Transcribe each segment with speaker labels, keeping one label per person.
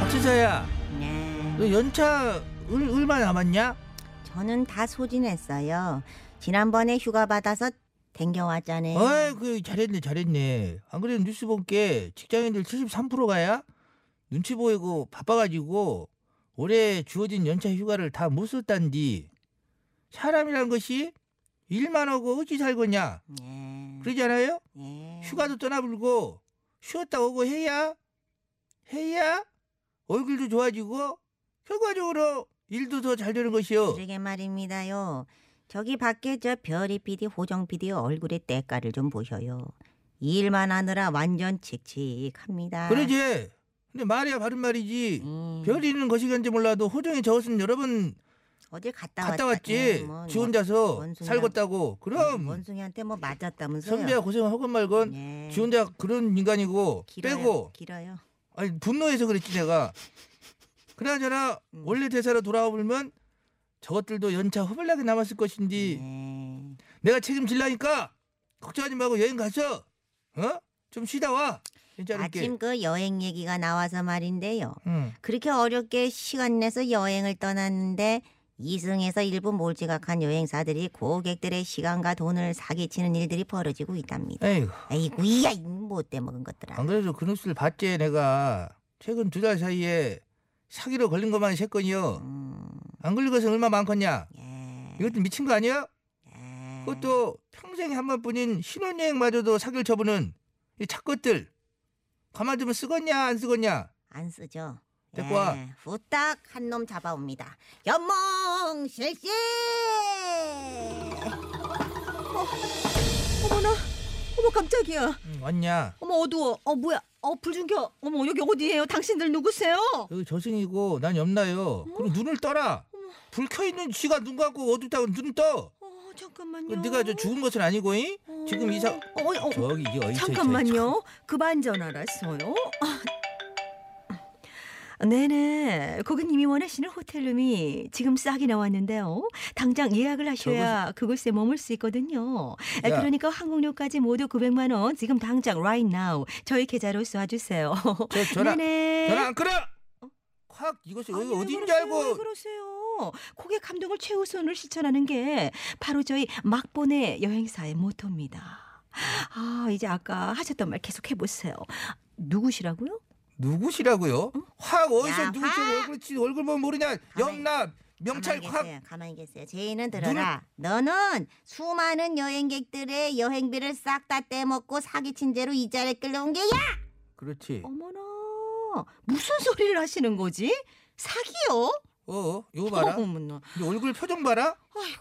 Speaker 1: 박지자야,
Speaker 2: 네,
Speaker 1: 너 연차 얼, 얼마 남았냐?
Speaker 2: 저는 다 소진했어요. 지난번에 휴가 받아서 댕겨왔잖아요.
Speaker 1: 어이, 그 잘했네, 잘했네. 안 그래도 뉴스 본 게 직장인들 73%가야 눈치 보이고 바빠가지고 올해 주어진 연차 휴가를 다 못 썼단디. 사람이란 것이 일만 하고 어찌 살겠냐?
Speaker 2: 네,
Speaker 1: 그러지 않아요?
Speaker 2: 네.
Speaker 1: 휴가도 떠나불고 쉬었다 오고 해야 해야 얼굴도 좋아지고 결과적으로 일도 더 잘 되는 것이요.
Speaker 2: 그러게 말입니다요. 저기 밖에 저 별이 PD, 호정 PD 얼굴의 때깔을 좀 보셔요. 일만 하느라 완전 칙칙합니다.
Speaker 1: 그러지. 근데 말이야 바른 말이지.
Speaker 2: 음,
Speaker 1: 별이 있는 것이건지 몰라도 호정이 저것은 여러 번
Speaker 2: 어딜 갔다,
Speaker 1: 갔다
Speaker 2: 왔다.
Speaker 1: 왔지.
Speaker 2: 음, 뭐,
Speaker 1: 지
Speaker 2: 뭐,
Speaker 1: 혼자서
Speaker 2: 원숭이하고-
Speaker 1: 살겄다고. 그럼
Speaker 2: 원숭이한테 뭐 맞았다면서요?
Speaker 1: 선배야 고생하건 말건
Speaker 2: 네.
Speaker 1: 지 혼자 그런 인간이고
Speaker 2: 길어요,
Speaker 1: 빼고
Speaker 2: 길어요.
Speaker 1: 아니 분노해서 그랬지 내가. 그나저나
Speaker 2: 음.
Speaker 1: 원래 대사로 돌아와 보면 저것들도 연차 허벌나게 남았을 것인지
Speaker 2: 네.
Speaker 1: 내가 책임질라니까 걱정하지 말고 여행 가서 어? 좀 쉬다 와. 진짜 이렇게.
Speaker 2: 아침 그 여행 얘기가 나와서 말인데요.
Speaker 1: 응.
Speaker 2: 그렇게 어렵게 시간 내서 여행을 떠났는데 이승에서 일부 몰지각한 여행사들이 고객들의 시간과 돈을 사기치는 일들이 벌어지고 있답니다.
Speaker 1: 에휴.
Speaker 2: 아이고 이야 이 못돼 먹은 것들아.
Speaker 1: 안 그래도 그 뉴스를 봤지 내가 최근 두 달 사이에 사기로 걸린 것만 세 건이요
Speaker 2: 음,
Speaker 1: 안 걸린 것은 얼마 많겠냐
Speaker 2: 예,
Speaker 1: 이것도 미친 거 아니야?
Speaker 2: 예.
Speaker 1: 그것도 평생에 한 번뿐인 신혼여행마저도 사기를 쳐보는 이 착것들 가만두면 쓰겄냐 안 쓰겄냐
Speaker 2: 안 쓰죠.
Speaker 1: 데리고 와.
Speaker 2: 예, 후딱 한 놈 잡아옵니다. 연몽 실시.
Speaker 1: 어,
Speaker 3: 어머나, 어머 깜짝이야.
Speaker 1: 응, 음, 왔냐
Speaker 3: 어머 어두워. 어 뭐야? 어 불 좀 켜. 어머 여기 어디예요? 당신들 누구세요?
Speaker 1: 여기 저승이고 난 염나요
Speaker 3: 음.
Speaker 1: 그럼 눈을 떠라 불 켜있는 쥐가 눈 감고 어둡다고 눈떠
Speaker 3: 어 잠깐만요.
Speaker 1: 네가 저 죽은 것은 아니고 잉?
Speaker 3: 어.
Speaker 1: 지금 이사
Speaker 3: 어, 어, 어,
Speaker 1: 저기 이게 어디서
Speaker 3: 잠깐만요. 그반전 알았어요. 아, 네네. 고객님이 원하시는 호텔룸이 지금 싸게 나왔는데요. 당장 예약을 하셔야 그곳에 머물 수 있거든요. 아,
Speaker 1: 야.
Speaker 3: 그러니까 항공료까지 모두 900만 원 지금 당장 right now 저희 계좌로 쏴주세요.
Speaker 1: 저 전화
Speaker 3: 네네.
Speaker 1: 전화 안 끊어 확 이것이
Speaker 3: 아니,
Speaker 1: 여기
Speaker 3: 왜
Speaker 1: 어딘지
Speaker 3: 그러세요? 왜
Speaker 1: 알고
Speaker 3: 그러세요? 고객 감동을 최우선으로 실천하는 게 바로 저희 막본의 여행사의 모토입니다. 아 이제 아까 하셨던 말 계속 해보세요. 누구시라고요?
Speaker 1: 누구시라고요? 확
Speaker 2: 야,
Speaker 1: 어디서 누구지
Speaker 2: 확!
Speaker 1: 얼굴 치 얼굴 보면 모르냐 염나 명찰
Speaker 2: 가만히
Speaker 1: 확
Speaker 2: 계세요. 가만히 계세요. 제인은 들어라. 너는 수많은 여행객들의 여행비를 싹 다 떼먹고 사기친 죄로 이 자리에 끌려온 게야.
Speaker 1: 그렇지
Speaker 3: 어머나 무슨 소리를 하시는 거지? 사기요?
Speaker 1: 어 이거 봐라
Speaker 3: 어머나.
Speaker 1: 근데 얼굴 표정 봐라
Speaker 3: 아이고.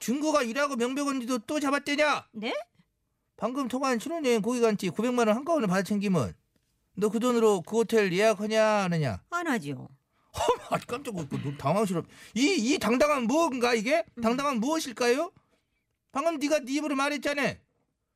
Speaker 1: 증거가 일하고 명백언지도 또 잡았대냐
Speaker 3: 네? 간
Speaker 1: 방금 통화한 신혼여행 고객한테 900만 원 한꺼번에 받아 챙기면 너 그 돈으로 그 호텔 예약하냐 안 하냐
Speaker 3: 안 하죠.
Speaker 1: 아 깜짝 놀고 당황스럽 이이 당당한 무엇인가 이게 당당한 무엇일까요? 방금 네가 네 입으로 말했잖아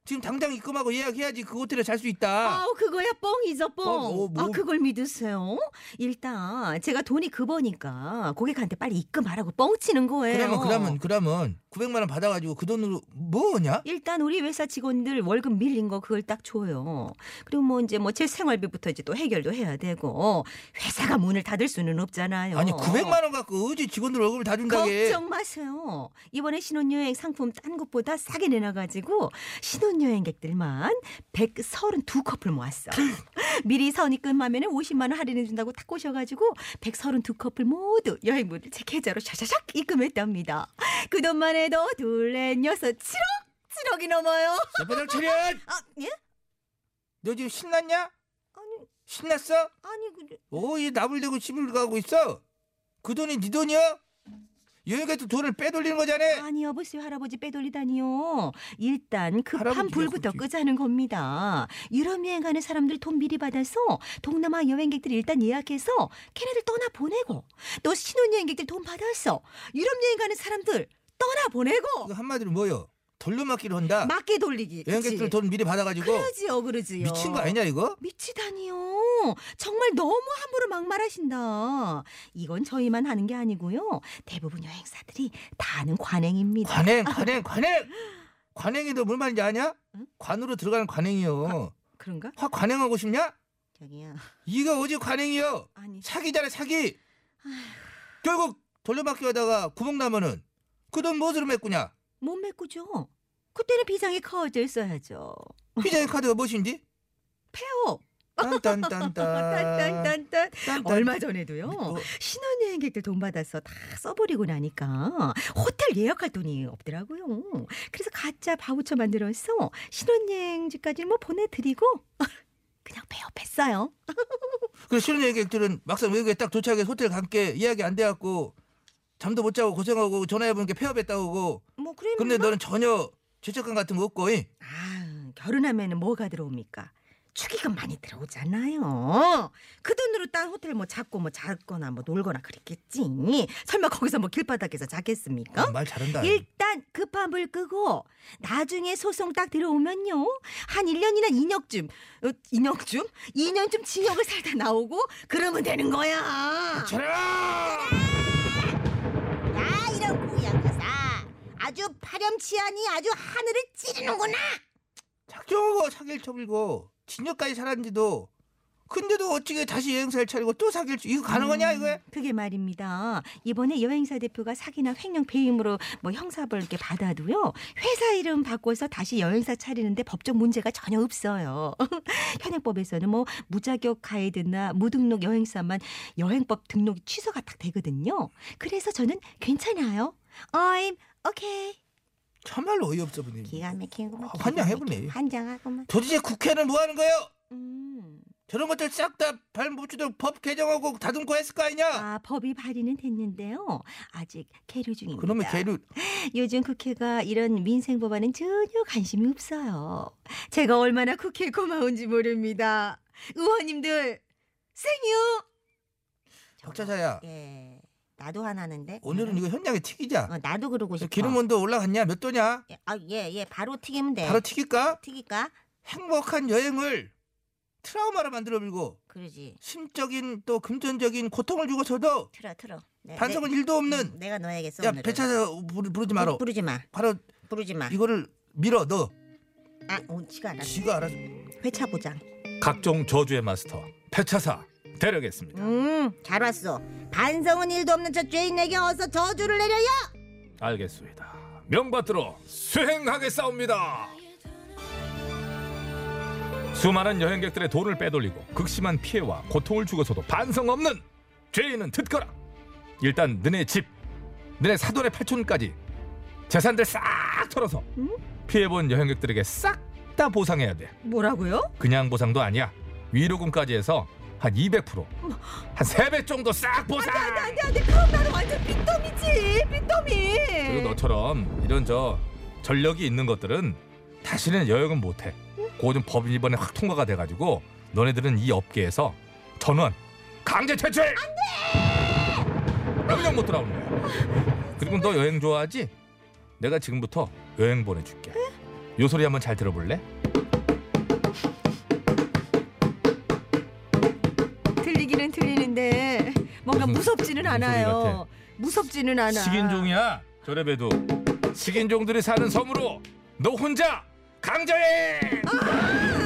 Speaker 1: 지금 당장 입금하고 예약해야지 그 호텔에 잘 수 있다
Speaker 3: 아우 그거야 뻥이죠 뻥.
Speaker 1: 어, 뭐, 뭐.
Speaker 3: 아 그걸 믿으세요? 일단 제가 돈이 그거니까 고객한테 빨리 입금하라고 뻥치는 거예요.
Speaker 1: 그러면 그러면 그러면 900만 원 받아가지고 그 돈으로 뭐냐?
Speaker 3: 일단 우리 회사 직원들 월급 밀린 거 그걸 딱 줘요. 그리고 뭐 이제 뭐 제 생활비부터 이제 또 해결도 해야 되고 회사가 문을 닫을 수는 없잖아요.
Speaker 1: 아니 900만 원 갖고 어제 직원들 월급을 다 준다게.
Speaker 3: 걱정 마세요. 이번에 신혼여행 상품 딴 것보다 싸게 내놔가지고 신혼여행객들만 132커플 모았어. 미리 선입금하면 50만 원 할인해준다고 탁 꼬셔가지고 132커플 모두 여행부를 제 계좌로 샤샤샥 입금했답니다. 그 돈만 해도 둘넷 여섯 7억 7억이 넘어요.
Speaker 1: 제발 차려.
Speaker 3: 아 예?
Speaker 1: 너 지금 신났냐?
Speaker 3: 아니
Speaker 1: 신났어?
Speaker 3: 아니 그
Speaker 1: 오이 나불대고 집을 가고 있어. 그 돈이 네 돈이야? 여행객도 돈을 빼돌리는 거잖아요.
Speaker 3: 아니 여보세요 할아버지 빼돌리다니요. 일단 급한
Speaker 1: 할아버지가
Speaker 3: 불부터
Speaker 1: 굳이.
Speaker 3: 끄자는 겁니다. 유럽 여행하는 사람들 돈 미리 받아서 동남아 여행객들 일단 예약해서 걔네들 떠나 보내고 또 신혼여행객들 돈 받아서 유럽 여행가는 사람들 떠나 보내고
Speaker 1: 이거 한마디로 뭐요? 돌려막기를 한다.
Speaker 3: 맞게 돌리기. 그치?
Speaker 1: 여행객들 돈 미리 받아가지고
Speaker 3: 그러지요, 그러지요.
Speaker 1: 미친 거 아니냐 이거?
Speaker 3: 미치다니요. 정말 너무 함부로 막말하신다. 이건 저희만 하는 게 아니고요. 대부분 여행사들이 다 하는 관행입니다.
Speaker 1: 관행, 관행, 관행. 관행이도 뭘 말인지 아냐?
Speaker 3: 응?
Speaker 1: 관으로 들어가는 관행이요.
Speaker 3: 그런가?
Speaker 1: 화 관행하고 싶냐?
Speaker 2: 저기요.
Speaker 1: 이거 어제 관행이요.
Speaker 3: 아니.
Speaker 1: 사기잖아 사기. 결국 돌려막기 하다가 구멍 나면은 그 돈 무엇으로 메꾸냐?
Speaker 3: 못 메꾸죠. 그때는 비상의 카드를 써야죠.
Speaker 1: 비자의 카드가 무엇인지?
Speaker 3: 폐업. 아,
Speaker 1: 딴딴딴딴.
Speaker 3: 딴딴딴딴.
Speaker 1: 딴딴.
Speaker 3: 얼마 전에도요.
Speaker 1: 아. 어,
Speaker 3: 신혼여행객들 돈 받아서 다 써버리고 나니까 호텔 예약할 돈이 없더라고요. 그래서 가짜 바우처 만들어서 신혼여행지까지 뭐 보내드리고 그냥 폐업했어요.
Speaker 1: 그 신혼여행객들은 막상 외국에 딱 도착해서 호텔 간게 예약이 안 돼갖고 잠도 못 자고 고생하고 전화해보니까 폐업했다고 하고
Speaker 3: 뭐 그래.
Speaker 1: 근데 너는 전혀 죄책감 같은 거 없고 이?
Speaker 3: 아 결혼하면 뭐가 들어옵니까? 축의금 많이 들어오잖아요. 그 돈으로 딴 호텔 뭐 잡고 뭐 잤거나 뭐 놀거나 그랬겠지. 설마 거기서 뭐 길바닥에서
Speaker 2: 어?
Speaker 3: 자겠습니까?
Speaker 1: 어? 말 잘한다
Speaker 3: 일단 급한 불 끄고 나중에 소송 딱 들어오면요. 한 1년이나 2년쯤, 어, 2년쯤? 2년쯤 징역을 살다 나오고 그러면 되는 거야.
Speaker 1: 차라
Speaker 2: 야 이런 고양가사 아주 파렴치하니 아주 하늘을 찌르는구나.
Speaker 1: 작정하고 사귈 척이고 징역까지 살았는데도 근데도 어찌게 다시 여행사를 차리고 또 사귈 수 이거 가능하냐
Speaker 2: 음.
Speaker 1: 이거?
Speaker 3: 음, 그게 말입니다. 이번에 여행사 대표가 사기나 횡령 배임으로 뭐 형사벌 이렇게 받아도요. 회사 이름 바꿔서 다시 여행사 차리는데 법적 문제가 전혀 없어요. 현행법에서는 뭐 무자격 가이드나 무등록 여행사만 여행법 등록 취소가 딱 되거든요. 그래서 저는 괜찮아요. I'm okay.
Speaker 1: 참말로 어이없어 보네.
Speaker 2: 기가 뭐 막히구만.
Speaker 1: 아, 환장해보네.
Speaker 2: 환장하구만.
Speaker 1: 도대체 국회는 뭐 하는 거예요?
Speaker 3: 음. 도
Speaker 1: 저런 것들 싹 다 발목주도록 법 개정하고 다듬고 했을 거 아니냐?
Speaker 3: 아 법이 발의는 됐는데요. 아직 계류 중입니다.
Speaker 1: 그러면 걔를
Speaker 3: 요즘 국회가 이런 민생 법안은 전혀 관심이 없어요. 제가 얼마나 국회에 고마운지 모릅니다. 의원님들 생유.
Speaker 1: 박차사야
Speaker 2: 예. 나도 하나는데.
Speaker 1: 오늘은 이거 현장에 튀기자.
Speaker 2: 어, 나도 그러고 싶어.
Speaker 1: 기름온도 올라갔냐? 몇 도냐?
Speaker 2: 예, 아, 예, 예. 바로 튀기면 돼.
Speaker 1: 바로 튀길까?
Speaker 2: 튀길까?
Speaker 1: 행복한 여행을 트라우마로 만들어 버리고
Speaker 2: 그러지.
Speaker 1: 심적인 또 금전적인 고통을 주고서도
Speaker 2: 틀어, 틀어. 내,
Speaker 1: 반성은 일도 없는
Speaker 2: 내가 넣어야겠어.
Speaker 1: 야
Speaker 2: 오늘은. 어,
Speaker 1: 배차사 부르, 부르지 마라.
Speaker 2: 음, 부르지 마.
Speaker 1: 바로
Speaker 2: 부르지 마.
Speaker 1: 이거를 밀어 넣어.
Speaker 2: 아, 오지가 않아.
Speaker 1: 지가 알아서.
Speaker 2: 회차 보장.
Speaker 4: 각종 저주의 마스터 폐차사 데려겠습니다.
Speaker 2: 음, 잘 왔어. 반성은 일도 없는 저 죄인에게 어서 저주를 내려요.
Speaker 4: 알겠습니다. 명받들어 수행하겠사옵니다. 수많은 여행객들의 돈을 빼돌리고 극심한 피해와 고통을 주고서도 반성 없는 죄인은 듣거라. 일단 너네 집, 너네 사돈의 팔촌까지 재산들 싹 털어서 피해본 여행객들에게 싹 다 보상해야 돼.
Speaker 3: 뭐라고요?
Speaker 4: 그냥 보상도 아니야. 위로금까지 해서 한 200%, 한 3배 정도 싹 보상.
Speaker 3: 안돼 안돼 그럼 나는 완전 빚더미지 빚더미.
Speaker 4: 그리고 너처럼 이런 저 전력이 있는 것들은 다시는 여행은 못해. 그거 좀 법이 이번에 확 통과가 돼가지고 너네들은 이 업계에서 전원 강제 퇴출. 안돼. 당장 못 돌아오는 거야. 그리고 너 여행 좋아하지? 내가 지금부터 여행 보내줄게. 요 소리 한번 잘 들어볼래?
Speaker 3: 들리기는 들리는데 뭔가
Speaker 4: 무슨- 무슨
Speaker 3: 무섭지는
Speaker 4: 소리
Speaker 3: 않아요.
Speaker 4: 같아?
Speaker 3: 무섭지는 않아.
Speaker 4: 식인종이야. 저래봬도 식인종들이 사는 섬으로 너 혼자 강제 여행.
Speaker 3: 아,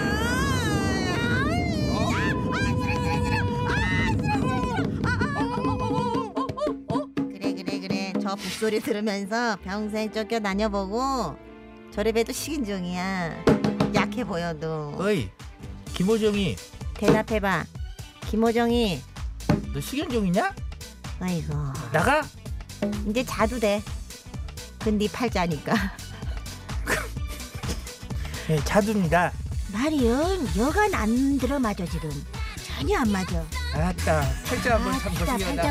Speaker 3: 아,
Speaker 2: 그래, 그래, 그래. 저 북소리 들으면서 평생 쫓겨 다녀보고 저래 봬도 식인종이야. 약해 보여도.
Speaker 1: 어이 김호정이
Speaker 2: 대답해봐. 김호정이.
Speaker 1: 너 식연종이냐?
Speaker 2: 아이고.
Speaker 1: 나가?
Speaker 2: 이제 자도 돼. 근데 팔자니까.
Speaker 1: 네 자두입니다.
Speaker 3: 아.
Speaker 2: 말이요. 여간 안 들어 맞아 지금. 전혀 안 맞아.
Speaker 1: 아따 팔자 한번 참
Speaker 2: 팔자,
Speaker 1: 거시기하다.
Speaker 2: 팔자